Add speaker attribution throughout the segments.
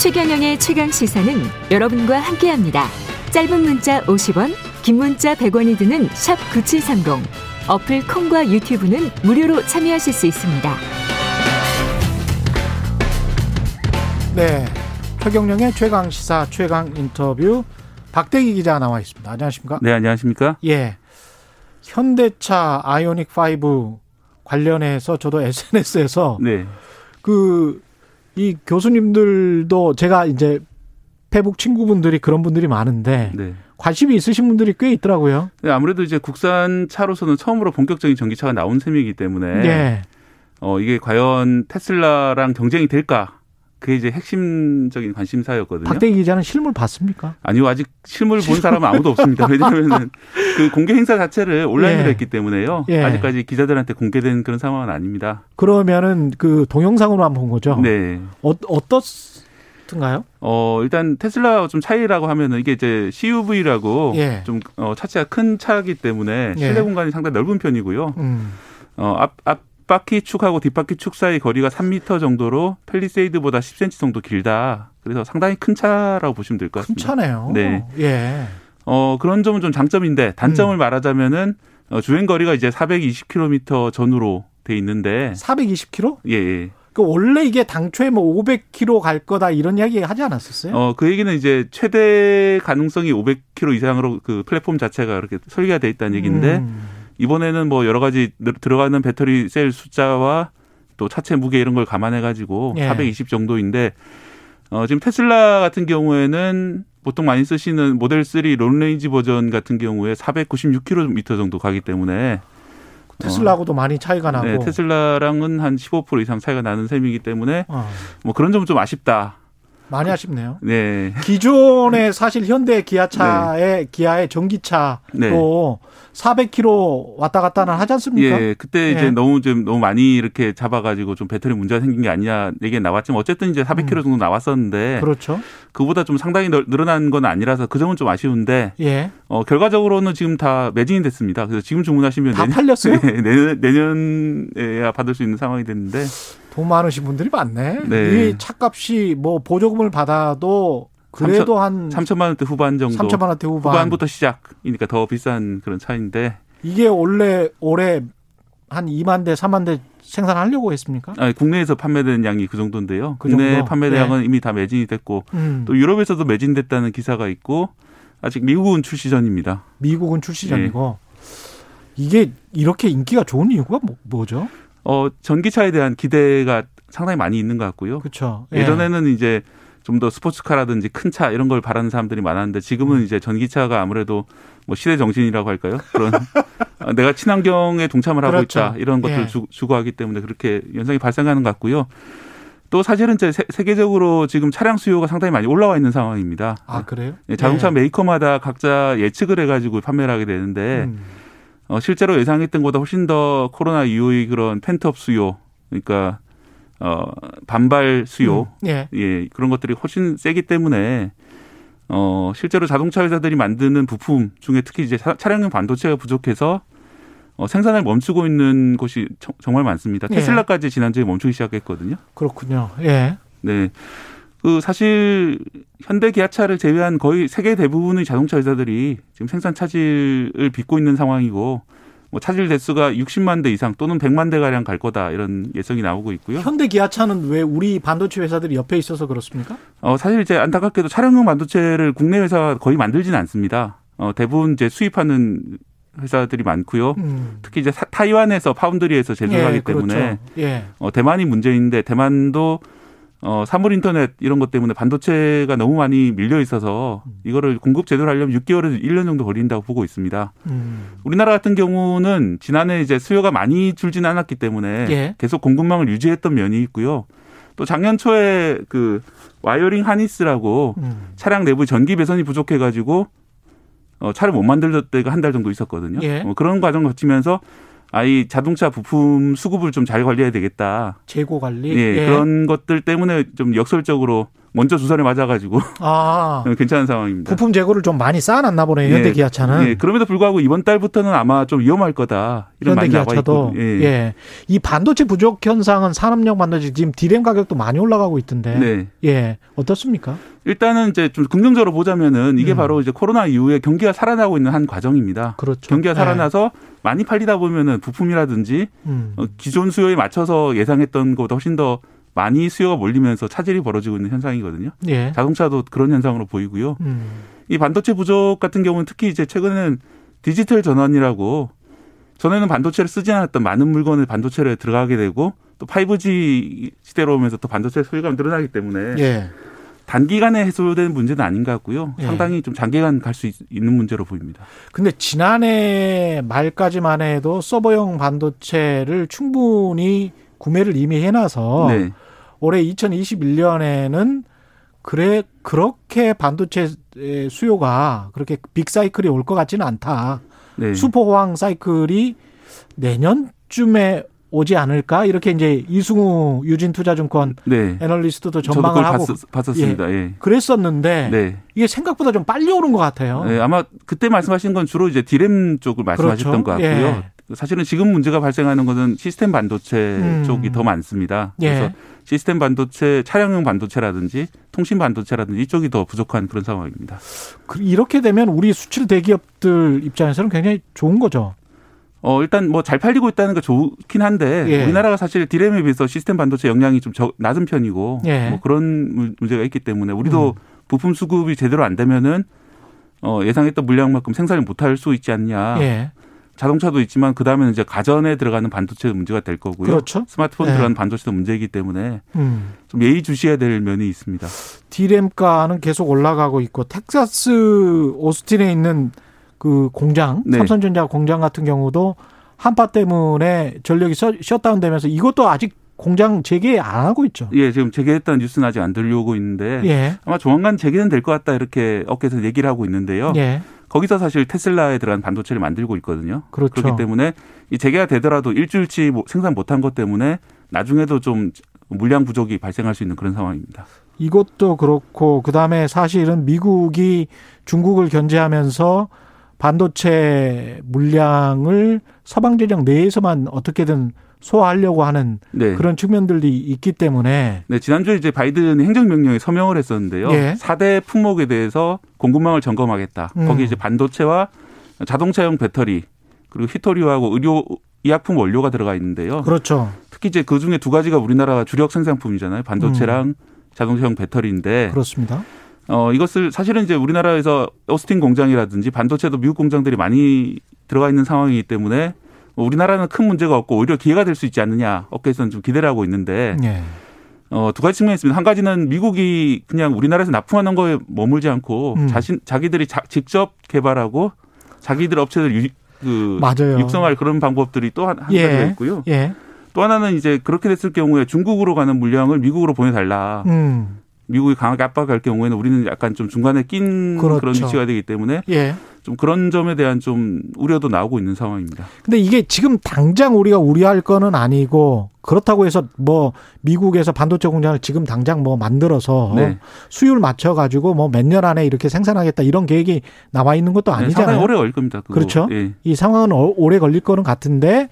Speaker 1: 최경영의 최강 시사는 여러분과 함께합니다. 짧은 문자 50원, 긴 문자 100원이 드는 샵 #9730 어플 콩과 유튜브는 무료로 참여하실 수 있습니다.
Speaker 2: 네. 최경령의 최강 시사 최강 인터뷰 박대기 기자 나와 있습니다. 안녕하십니까?
Speaker 3: 네, 안녕하십니까?
Speaker 2: 예. 현대차 아이오닉 5 관련해서 저도 SNS에서
Speaker 3: 네.
Speaker 2: 그 이 교수님들도 제가 이제 페북 친구분들이 그런 분들이 많은데
Speaker 3: 네.
Speaker 2: 관심이 있으신 분들이 꽤 있더라고요.
Speaker 3: 네, 아무래도 이제 국산 차로서는 처음으로 본격적인 전기차가 나온 셈이기 때문에
Speaker 2: 예.
Speaker 3: 어, 이게 과연 테슬라랑 경쟁이 될까? 그게 이제 핵심적인 관심사였거든요.
Speaker 2: 박대기 기자는 실물 봤습니까?
Speaker 3: 아니요, 아직 실물 본 사람은 아무도 없습니다. 왜냐하면 그 공개 행사 자체를 온라인으로
Speaker 2: 예.
Speaker 3: 했기 때문에요.
Speaker 2: 예.
Speaker 3: 아직까지 기자들한테 공개된 그런 상황은 아닙니다.
Speaker 2: 그러면은 그 동영상으로만 본 거죠.
Speaker 3: 네.
Speaker 2: 어, 어떻든가요?
Speaker 3: 어, 일단 테슬라 좀 차이라고 하면은 이게 이제 CUV라고
Speaker 2: 예.
Speaker 3: 좀 어, 차체가 큰 차이기 때문에
Speaker 2: 예.
Speaker 3: 실내 공간이 상당히 넓은 편이고요.
Speaker 2: 음.
Speaker 3: 어, 앞, 앞바퀴 축하고 뒷바퀴 축 사이 거리가 3m 정도로 펠리세이드보다 10cm 정도 길다. 그래서 상당히 큰 차라고 보시면 될 것
Speaker 2: 큰
Speaker 3: 같습니다.
Speaker 2: 차네요.
Speaker 3: 네.
Speaker 2: 예.
Speaker 3: 어, 그런 점은 좀 장점인데 단점을
Speaker 2: 음.
Speaker 3: 말하자면은 어, 주행 거리가 이제 420km 전후로 돼 있는데
Speaker 2: 420km?
Speaker 3: 예, 예.
Speaker 2: 네. 그 원래 이게 당초에 뭐 500km 갈 거다 이런 이야기 하지 않았었어요?
Speaker 3: 어, 그 얘기는 이제 최대 가능성이 500km 이상으로 그 플랫폼 자체가 이렇게 설계가 돼 있다는 얘기인데
Speaker 2: 음.
Speaker 3: 이번에는 뭐 여러 가지 늘- 들어가는 배터리 셀 숫자와 또 차체 무게 이런 걸 감안해 가지고
Speaker 2: 예.
Speaker 3: 420 정도인데 어 지금 테슬라 같은 경우에는 보통 많이 쓰시는 모델 3 롱레인지 버전 같은 경우에 496km 정도 가기 때문에
Speaker 2: 그 테슬라하고도 많이 차이가 나고.
Speaker 3: 네, 테슬라랑은 한 15% 이상 차이가 나는 셈이기 때문에
Speaker 2: 어,
Speaker 3: 뭐 그런 점은 좀 아쉽다.
Speaker 2: 많이 아쉽네요.
Speaker 3: 네.
Speaker 2: 기존에 사실 현대 기아차의 기아의 전기차도
Speaker 3: 네.
Speaker 2: 400km 왔다 갔다는 하지 않습니까?
Speaker 3: 예, 그때 이제
Speaker 2: 예.
Speaker 3: 너무 좀 너무 많이 이렇게 잡아가지고 좀 배터리 문제가 생긴 게 아니냐 얘기 나왔지만 어쨌든 이제 400km 정도 나왔었는데
Speaker 2: 음. 그렇죠.
Speaker 3: 그보다 좀 상당히 늘- 늘어난 건 아니라서 그 점은 좀 아쉬운데
Speaker 2: 예.
Speaker 3: 어, 결과적으로는 지금 다 매진이 됐습니다. 그래서 지금 주문하시면
Speaker 2: 다 팔렸어요?
Speaker 3: 네, 내년 내년에야 받을 수 있는 상황이 됐는데
Speaker 2: 돈 많으신 분들이 많네.
Speaker 3: 네.
Speaker 2: 이 차값이 뭐 보조금을 받아도 그래도 한
Speaker 3: 3천만 원대 후반 정도
Speaker 2: 3천만 음. 원대 후반.
Speaker 3: 부터 시작이니까 더 비싼 그런 차인데
Speaker 2: 이게 원래 올해 한 2만 대, 3만 대 생산하려고 했습니까?
Speaker 3: 아, 국내에서 판매되는 양이 그 정도인데요.
Speaker 2: 그
Speaker 3: 국내
Speaker 2: 정도?
Speaker 3: 판매량은 이미 다 매진이 됐고
Speaker 2: 음.
Speaker 3: 또 유럽에서도 매진됐다는 기사가 있고 아직 미국은 출시 전입니다.
Speaker 2: 미국은
Speaker 3: 예.
Speaker 2: 출시전이고 이게 이렇게 인기가 좋은 이유가 뭐, 죠
Speaker 3: 어, 전기차에 대한 기대가 상당히 많이 있는 것 같고요.
Speaker 2: 그렇죠.
Speaker 3: 예전에는 이제 좀 더 스포츠카라든지 큰 차 이런 걸 바라는 사람들이 많았는데
Speaker 2: 음.
Speaker 3: 지금은 이제 전기차가 아무래도 뭐 시대 정신이라고 할까요? 그런 아, 내가 친환경에 동참을 하고
Speaker 2: 그렇죠.
Speaker 3: 있다 이런 것들을
Speaker 2: 예.
Speaker 3: 주, 추구하기 때문에 그렇게 현상이 발생하는 것 같고요. 또 사실은 이제 세- 세계적으로 지금 차량 수요가 상당히 많이 올라와 있는 상황입니다.
Speaker 2: 아 그래요?
Speaker 3: 예, 자동차
Speaker 2: 예.
Speaker 3: 메이커마다 각자 예측을 해가지고 판매를 하게 되는데
Speaker 2: 음.
Speaker 3: 어, 실제로 예상했던 것보다 훨씬 더 코로나 이후의 그런 펜트업 수요 그러니까 어, 반발 수요
Speaker 2: 음. 예.
Speaker 3: 예, 그런 것들이 훨씬 세기 때문에 어, 실제로 자동차 회사들이 만드는 부품 중에 특히 이제 차- 차량용 반도체가 부족해서 어, 생산을 멈추고 있는 곳이 정- 정말 많습니다.
Speaker 2: 예.
Speaker 3: 테슬라까지 지난주에 멈추기 시작했거든요.
Speaker 2: 그렇군요. 예.
Speaker 3: 네. 그 사실 현대 기아차를 제외한 거의 세계 대부분의 자동차 회사들이 지금 생산 차질을 빚고 있는 상황이고 뭐 차질 대수가 60만 대 이상 또는 100만 대 가량 갈 거다 이런 예상이 나오고 있고요.
Speaker 2: 현대 기아차는 왜 우리 반도체 회사들이 옆에 있어서 그렇습니까?
Speaker 3: 어, 사실 이제 안타깝게도 차량용 반도체를 국내 회사가 거의 만들진 않습니다. 어, 대부분 이제 수입하는 회사들이 많고요.
Speaker 2: 음.
Speaker 3: 특히 이제 사- 타이완에서 파운드리에서 제조하기
Speaker 2: 예,
Speaker 3: 때문에
Speaker 2: 그렇죠. 예.
Speaker 3: 어, 대만이 문제인데 대만도 어, 사물 인터넷 이런 것 때문에 반도체가 너무 많이 밀려 있어서 이거를 공급 제대로 하려면 6개월에서 1년 정도 걸린다고 보고 있습니다.
Speaker 2: 음.
Speaker 3: 우리나라 같은 경우는 지난해 이제 수요가 많이 줄진 않았기 때문에
Speaker 2: 예.
Speaker 3: 계속 공급망을 유지했던 면이 있고요. 또 작년 초에 그 와이어링 하니스라고
Speaker 2: 음.
Speaker 3: 차량 내부 전기 배선이 부족해 가지고 어, 차를 못 만들던 때가 한 달 정도 있었거든요.
Speaker 2: 예.
Speaker 3: 어, 그런 과정 을 거치면서 아, 이 자동차 부품 수급을 좀 잘 관리해야 되겠다.
Speaker 2: 재고 관리.
Speaker 3: 예, 그런 것들 때문에 좀 역설적으로 먼저 주사를 맞아가지고
Speaker 2: 아
Speaker 3: 괜찮은 상황입니다.
Speaker 2: 부품 재고를 좀 많이 쌓아놨나 보네요.
Speaker 3: 음. 예,
Speaker 2: 현대기아차는.
Speaker 3: 예, 그럼에도 불구하고 이번 달부터는 아마 좀 위험할 거다. 이런 말이 나와
Speaker 2: 현대기아차도
Speaker 3: 있고.
Speaker 2: 예. 이 반도체 부족 현상은 산업용 반도체 지금 디램 가격도 많이 올라가고 있던데.
Speaker 3: 네.
Speaker 2: 예 어떻습니까?
Speaker 3: 일단은 이제 좀 긍정적으로 보자면은 이게
Speaker 2: 음.
Speaker 3: 바로 이제 코로나 이후에 경기가 살아나고 있는 한 과정입니다.
Speaker 2: 그렇죠.
Speaker 3: 경기가
Speaker 2: 예.
Speaker 3: 살아나서 많이 팔리다 보면은 부품이라든지
Speaker 2: 음.
Speaker 3: 어, 기존 수요에 맞춰서 예상했던 것보다 훨씬 더 많이 수요가 몰리면서 차질이 벌어지고 있는 현상이거든요.
Speaker 2: 예.
Speaker 3: 자동차도 그런 현상으로 보이고요.
Speaker 2: 음.
Speaker 3: 이 반도체 부족 같은 경우는 특히 이제 최근에는 디지털 전환이라고 전에는 반도체를 쓰지 않았던 많은 물건을 반도체로 들어가게 되고 또 5G 시대로 오면서 또 반도체 소유가 늘어나기 때문에
Speaker 2: 예.
Speaker 3: 단기간에 해소되는 문제는 아닌 것 같고요.
Speaker 2: 예.
Speaker 3: 상당히 좀 장기간 갈 수 있는 문제로 보입니다.
Speaker 2: 근데 지난해 말까지만 해도 서버용 반도체를 충분히 구매를 이미 해놔서
Speaker 3: 네.
Speaker 2: 올해 2021년에는 그래 그렇게 반도체 의 수요가 그렇게 빅 사이클이 올 것 같지는 않다.
Speaker 3: 네.
Speaker 2: 수포호황 사이클이 내년쯤에 오지 않을까 이렇게 이제 이승우 유진투자증권
Speaker 3: 네.
Speaker 2: 애널리스트도
Speaker 3: 저도
Speaker 2: 전망을
Speaker 3: 그걸
Speaker 2: 하고
Speaker 3: 봤었, 습니다 예.
Speaker 2: 그랬었는데
Speaker 3: 네.
Speaker 2: 이게 생각보다 좀 빨리 오는 것 같아요. 예.
Speaker 3: 네, 아마 그때 말씀하신 건 주로 이제 디램 쪽을 말씀하셨던
Speaker 2: 그렇죠.
Speaker 3: 것 같고요. 사실은 지금 문제가 발생하는 것은 시스템 반도체
Speaker 2: 음.
Speaker 3: 쪽이 더 많습니다.
Speaker 2: 예.
Speaker 3: 그래서 시스템 반도체, 차량용 반도체라든지 통신 반도체라든지 이쪽이 더 부족한 그런 상황입니다.
Speaker 2: 그- 이렇게 되면 우리 수출 대기업들 입장에서는 굉장히 좋은 거죠.
Speaker 3: 어, 일단 뭐 잘 팔리고 있다는 게 좋긴 한데
Speaker 2: 예.
Speaker 3: 우리나라가 사실 디램에 비해서 시스템 반도체 역량이 좀 적- 낮은 편이고
Speaker 2: 예. 음.
Speaker 3: 뭐 그런 문- 문제가 있기 때문에 우리도 부품 수급이 제대로 안 되면은 어, 예상했던 물량만큼 생산을 못할 수 있지 않냐.
Speaker 2: 예,
Speaker 3: 자동차도 있지만 그다음에는 이제 가전에 들어가는 반도체도 문제가 될 거고요.
Speaker 2: 그렇죠.
Speaker 3: 스마트폰
Speaker 2: 네.
Speaker 3: 들어가는 반도체도 문제이기 때문에
Speaker 2: 음.
Speaker 3: 좀 예의주시해야 될 면이 있습니다.
Speaker 2: 디램가는 계속 올라가고 있고 텍사스 오스틴에 있는 그 공장,
Speaker 3: 네.
Speaker 2: 삼성전자 공장 같은 경우도 한파 때문에 전력이 셔- 셧다운되면서 이것도 아직 공장 재개 안 하고 있죠.
Speaker 3: 예, 지금 재개했다는 뉴스는 아직 안 들려오고 있는데
Speaker 2: 예,
Speaker 3: 아마 조만간 재개는 될 것 같다 이렇게 업계에서 얘기를 하고 있는데요.
Speaker 2: 예,
Speaker 3: 거기서 사실 테슬라에 들어간 반도체를 만들고 있거든요.
Speaker 2: 그렇죠.
Speaker 3: 그렇기 때문에 이 재개가 되더라도 일주일치 뭐 생산 못한 것 때문에 나중에도 좀 물량 부족이 발생할 수 있는 그런 상황입니다.
Speaker 2: 이것도 그렇고 그다음에 사실은 미국이 중국을 견제하면서 반도체 물량을 서방 제정 내에서만 어떻게든 소화하려고 하는
Speaker 3: 네.
Speaker 2: 그런 측면들이 있기 때문에
Speaker 3: 네, 지난주에 이제 바이든 행정명령에 서명을 했었는데요.
Speaker 2: 예.
Speaker 3: 사 4대 품목에 대해서 공급망을 점검하겠다.
Speaker 2: 음.
Speaker 3: 거기 이제 반도체와 자동차용 배터리, 그리고 휘토리오하고 의료, 의약품 원료가 들어가 있는데요.
Speaker 2: 그렇죠.
Speaker 3: 특히 이제 그 중에 두 가지가 우리나라가 주력 생산품이잖아요.
Speaker 2: 음.
Speaker 3: 반도체랑 자동차용 배터리인데,
Speaker 2: 그렇습니다.
Speaker 3: 어, 이것을 사실은 이제 우리나라에서 오스틴 공장이라든지 반도체도 미국 공장들이 많이 들어가 있는 상황이기 때문에 우리나라는 큰 문제가 없고 오히려 기회가 될 수 있지 않느냐 업계에서는 좀 기대를 하고 있는데
Speaker 2: 예.
Speaker 3: 어, 두 가지 측면이 있습니다. 한 가지는 미국이 그냥 우리나라에서 납품하는 거에 머물지 않고
Speaker 2: 음.
Speaker 3: 자신 자기들이 자- 직접 개발하고 자기들 업체들 유, 그
Speaker 2: 맞아요.
Speaker 3: 육성할 그런 방법들이 또 한, 한
Speaker 2: 예.
Speaker 3: 가지가 있고요.
Speaker 2: 예.
Speaker 3: 또 하나는 이제 그렇게 됐을 경우에 중국으로 가는 물량을 미국으로 보내달라.
Speaker 2: 음.
Speaker 3: 미국이 강하게 압박할 경우에는 우리는 약간 좀 중간에 낀그런
Speaker 2: 그렇죠.
Speaker 3: 위치가 되기 때문에
Speaker 2: 예.
Speaker 3: 좀 그런 점에 대한 좀 우려도 나오고 있는 상황입니다. 네,
Speaker 2: 근데 이게 지금 당장 우리가 우려할 거는 아니고 그렇다고 해서 뭐 미국에서 반도체 공장을 지금 당장 뭐 만들어서
Speaker 3: 네.
Speaker 2: 수율 맞춰 가지고 뭐 몇 년 안에 이렇게 생산하겠다 이런 계획이 나와 있는 것도
Speaker 3: 네, 상당히
Speaker 2: 아니잖아요.
Speaker 3: 오래 걸릴 겁니다. 그거.
Speaker 2: 그렇죠.
Speaker 3: 예.
Speaker 2: 이 상황은 어- 오래 걸릴 거는 같은데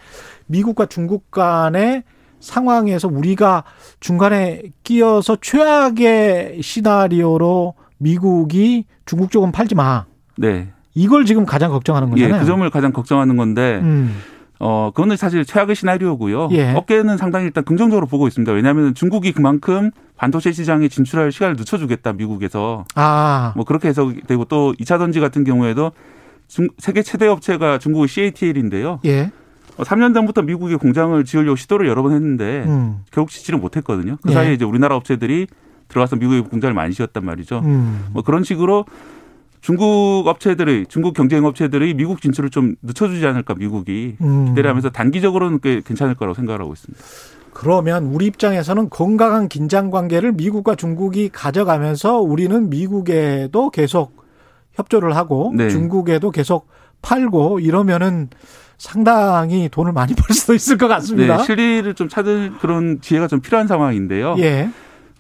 Speaker 2: 미국과 중국 간의 상황에서 우리가 중간에 끼어서 최악의 시나리오로 미국이 중국 쪽은 팔지 마.
Speaker 3: 네.
Speaker 2: 이걸 지금 가장 걱정하는
Speaker 3: 예,
Speaker 2: 거잖아요.
Speaker 3: 그 점을 가장 걱정하는 건데
Speaker 2: 음,
Speaker 3: 어, 그거는 사실 최악의 시나리오고요.
Speaker 2: 예.
Speaker 3: 업계는 상당히 일단 긍정적으로 보고 있습니다. 왜냐하면 중국이 그만큼 반도체 시장에 진출할 시간을 늦춰주겠다, 미국에서.
Speaker 2: 아,
Speaker 3: 뭐 그렇게 해석되고 또 2차 전지 같은 경우에도 중- 세계 최대 업체가 중국의 CATL인데요. 어,
Speaker 2: 예.
Speaker 3: 3년 전부터 미국에 공장을 지으려고 시도를 여러 번 했는데
Speaker 2: 음,
Speaker 3: 결국 짓지를 못했거든요. 그
Speaker 2: 예.
Speaker 3: 사이에 이제 우리나라 업체들이 들어가서 미국에 공장을 많이 지었단 말이죠.
Speaker 2: 음.
Speaker 3: 뭐 그런 식으로 중국 업체들의 중국 경쟁 업체들이 미국 진출을 좀 늦춰주지 않을까 미국이
Speaker 2: 음.
Speaker 3: 기대를 하면서 단기적으로는 꽤 괜찮을 거라고 생각하고 있습니다.
Speaker 2: 그러면 우리 입장에서는 건강한 긴장 관계를 미국과 중국이 가져가면서 우리는 미국에도 계속 협조를 하고
Speaker 3: 네.
Speaker 2: 중국에도 계속 팔고 이러면은 상당히 돈을 많이 벌 수도 있을 것 같습니다.
Speaker 3: 네, 실리를 좀 찾을 그런 지혜가 좀 필요한 상황인데요.
Speaker 2: 예.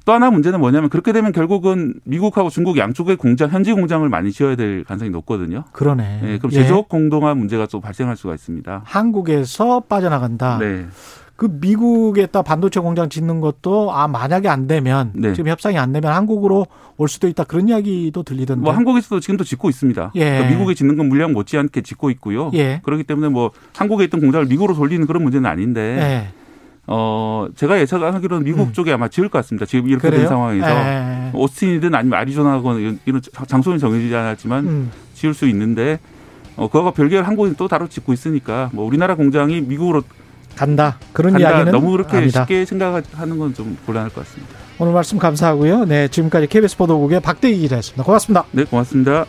Speaker 3: 또 하나 문제는 뭐냐면 그렇게 되면 결국은 미국하고 중국 양쪽의 공장 현지 공장을 많이 지어야 될 가능성이 높거든요.
Speaker 2: 그러네.
Speaker 3: 네, 그럼
Speaker 2: 예.
Speaker 3: 제조업 공동화 문제가 또 발생할 수가 있습니다.
Speaker 2: 한국에서 빠져나간다.
Speaker 3: 네,
Speaker 2: 그 미국에다 반도체 공장 짓는 것도 아 만약에 안 되면
Speaker 3: 네.
Speaker 2: 지금 협상이 안 되면 한국으로 올 수도 있다 그런 이야기도 들리던데.
Speaker 3: 뭐 한국에서도 지금도 짓고 있습니다.
Speaker 2: 예.
Speaker 3: 그러니까 미국에 짓는 건 물량 못지않게 짓고 있고요.
Speaker 2: 예.
Speaker 3: 그렇기 때문에 뭐 한국에 있던 공장을 미국으로 돌리는 그런 문제는 아닌데
Speaker 2: 예.
Speaker 3: 어 제가 예측하기로는 미국
Speaker 2: 음.
Speaker 3: 쪽에 아마 지을 것 같습니다. 지금 이렇게
Speaker 2: 그래요?
Speaker 3: 된 상황에서
Speaker 2: 예.
Speaker 3: 오스틴이든 아니면 아리조나건 이런- 이런 장소는 정해지지 않았지만
Speaker 2: 음.
Speaker 3: 지을 수 있는데 어, 그거가 별개로 한국이 또 따로 짓고 있으니까 뭐 우리나라 공장이 미국으로
Speaker 2: 간다 그런
Speaker 3: 간다
Speaker 2: 이야기는
Speaker 3: 너무 그렇게
Speaker 2: 아니다.
Speaker 3: 쉽게 생각하는 건 좀 곤란할 것 같습니다.
Speaker 2: 오늘 말씀 감사하고요. 네 지금까지 KBS 보도국의 박대기 기자였습니다. 고맙습니다.
Speaker 3: 네 고맙습니다.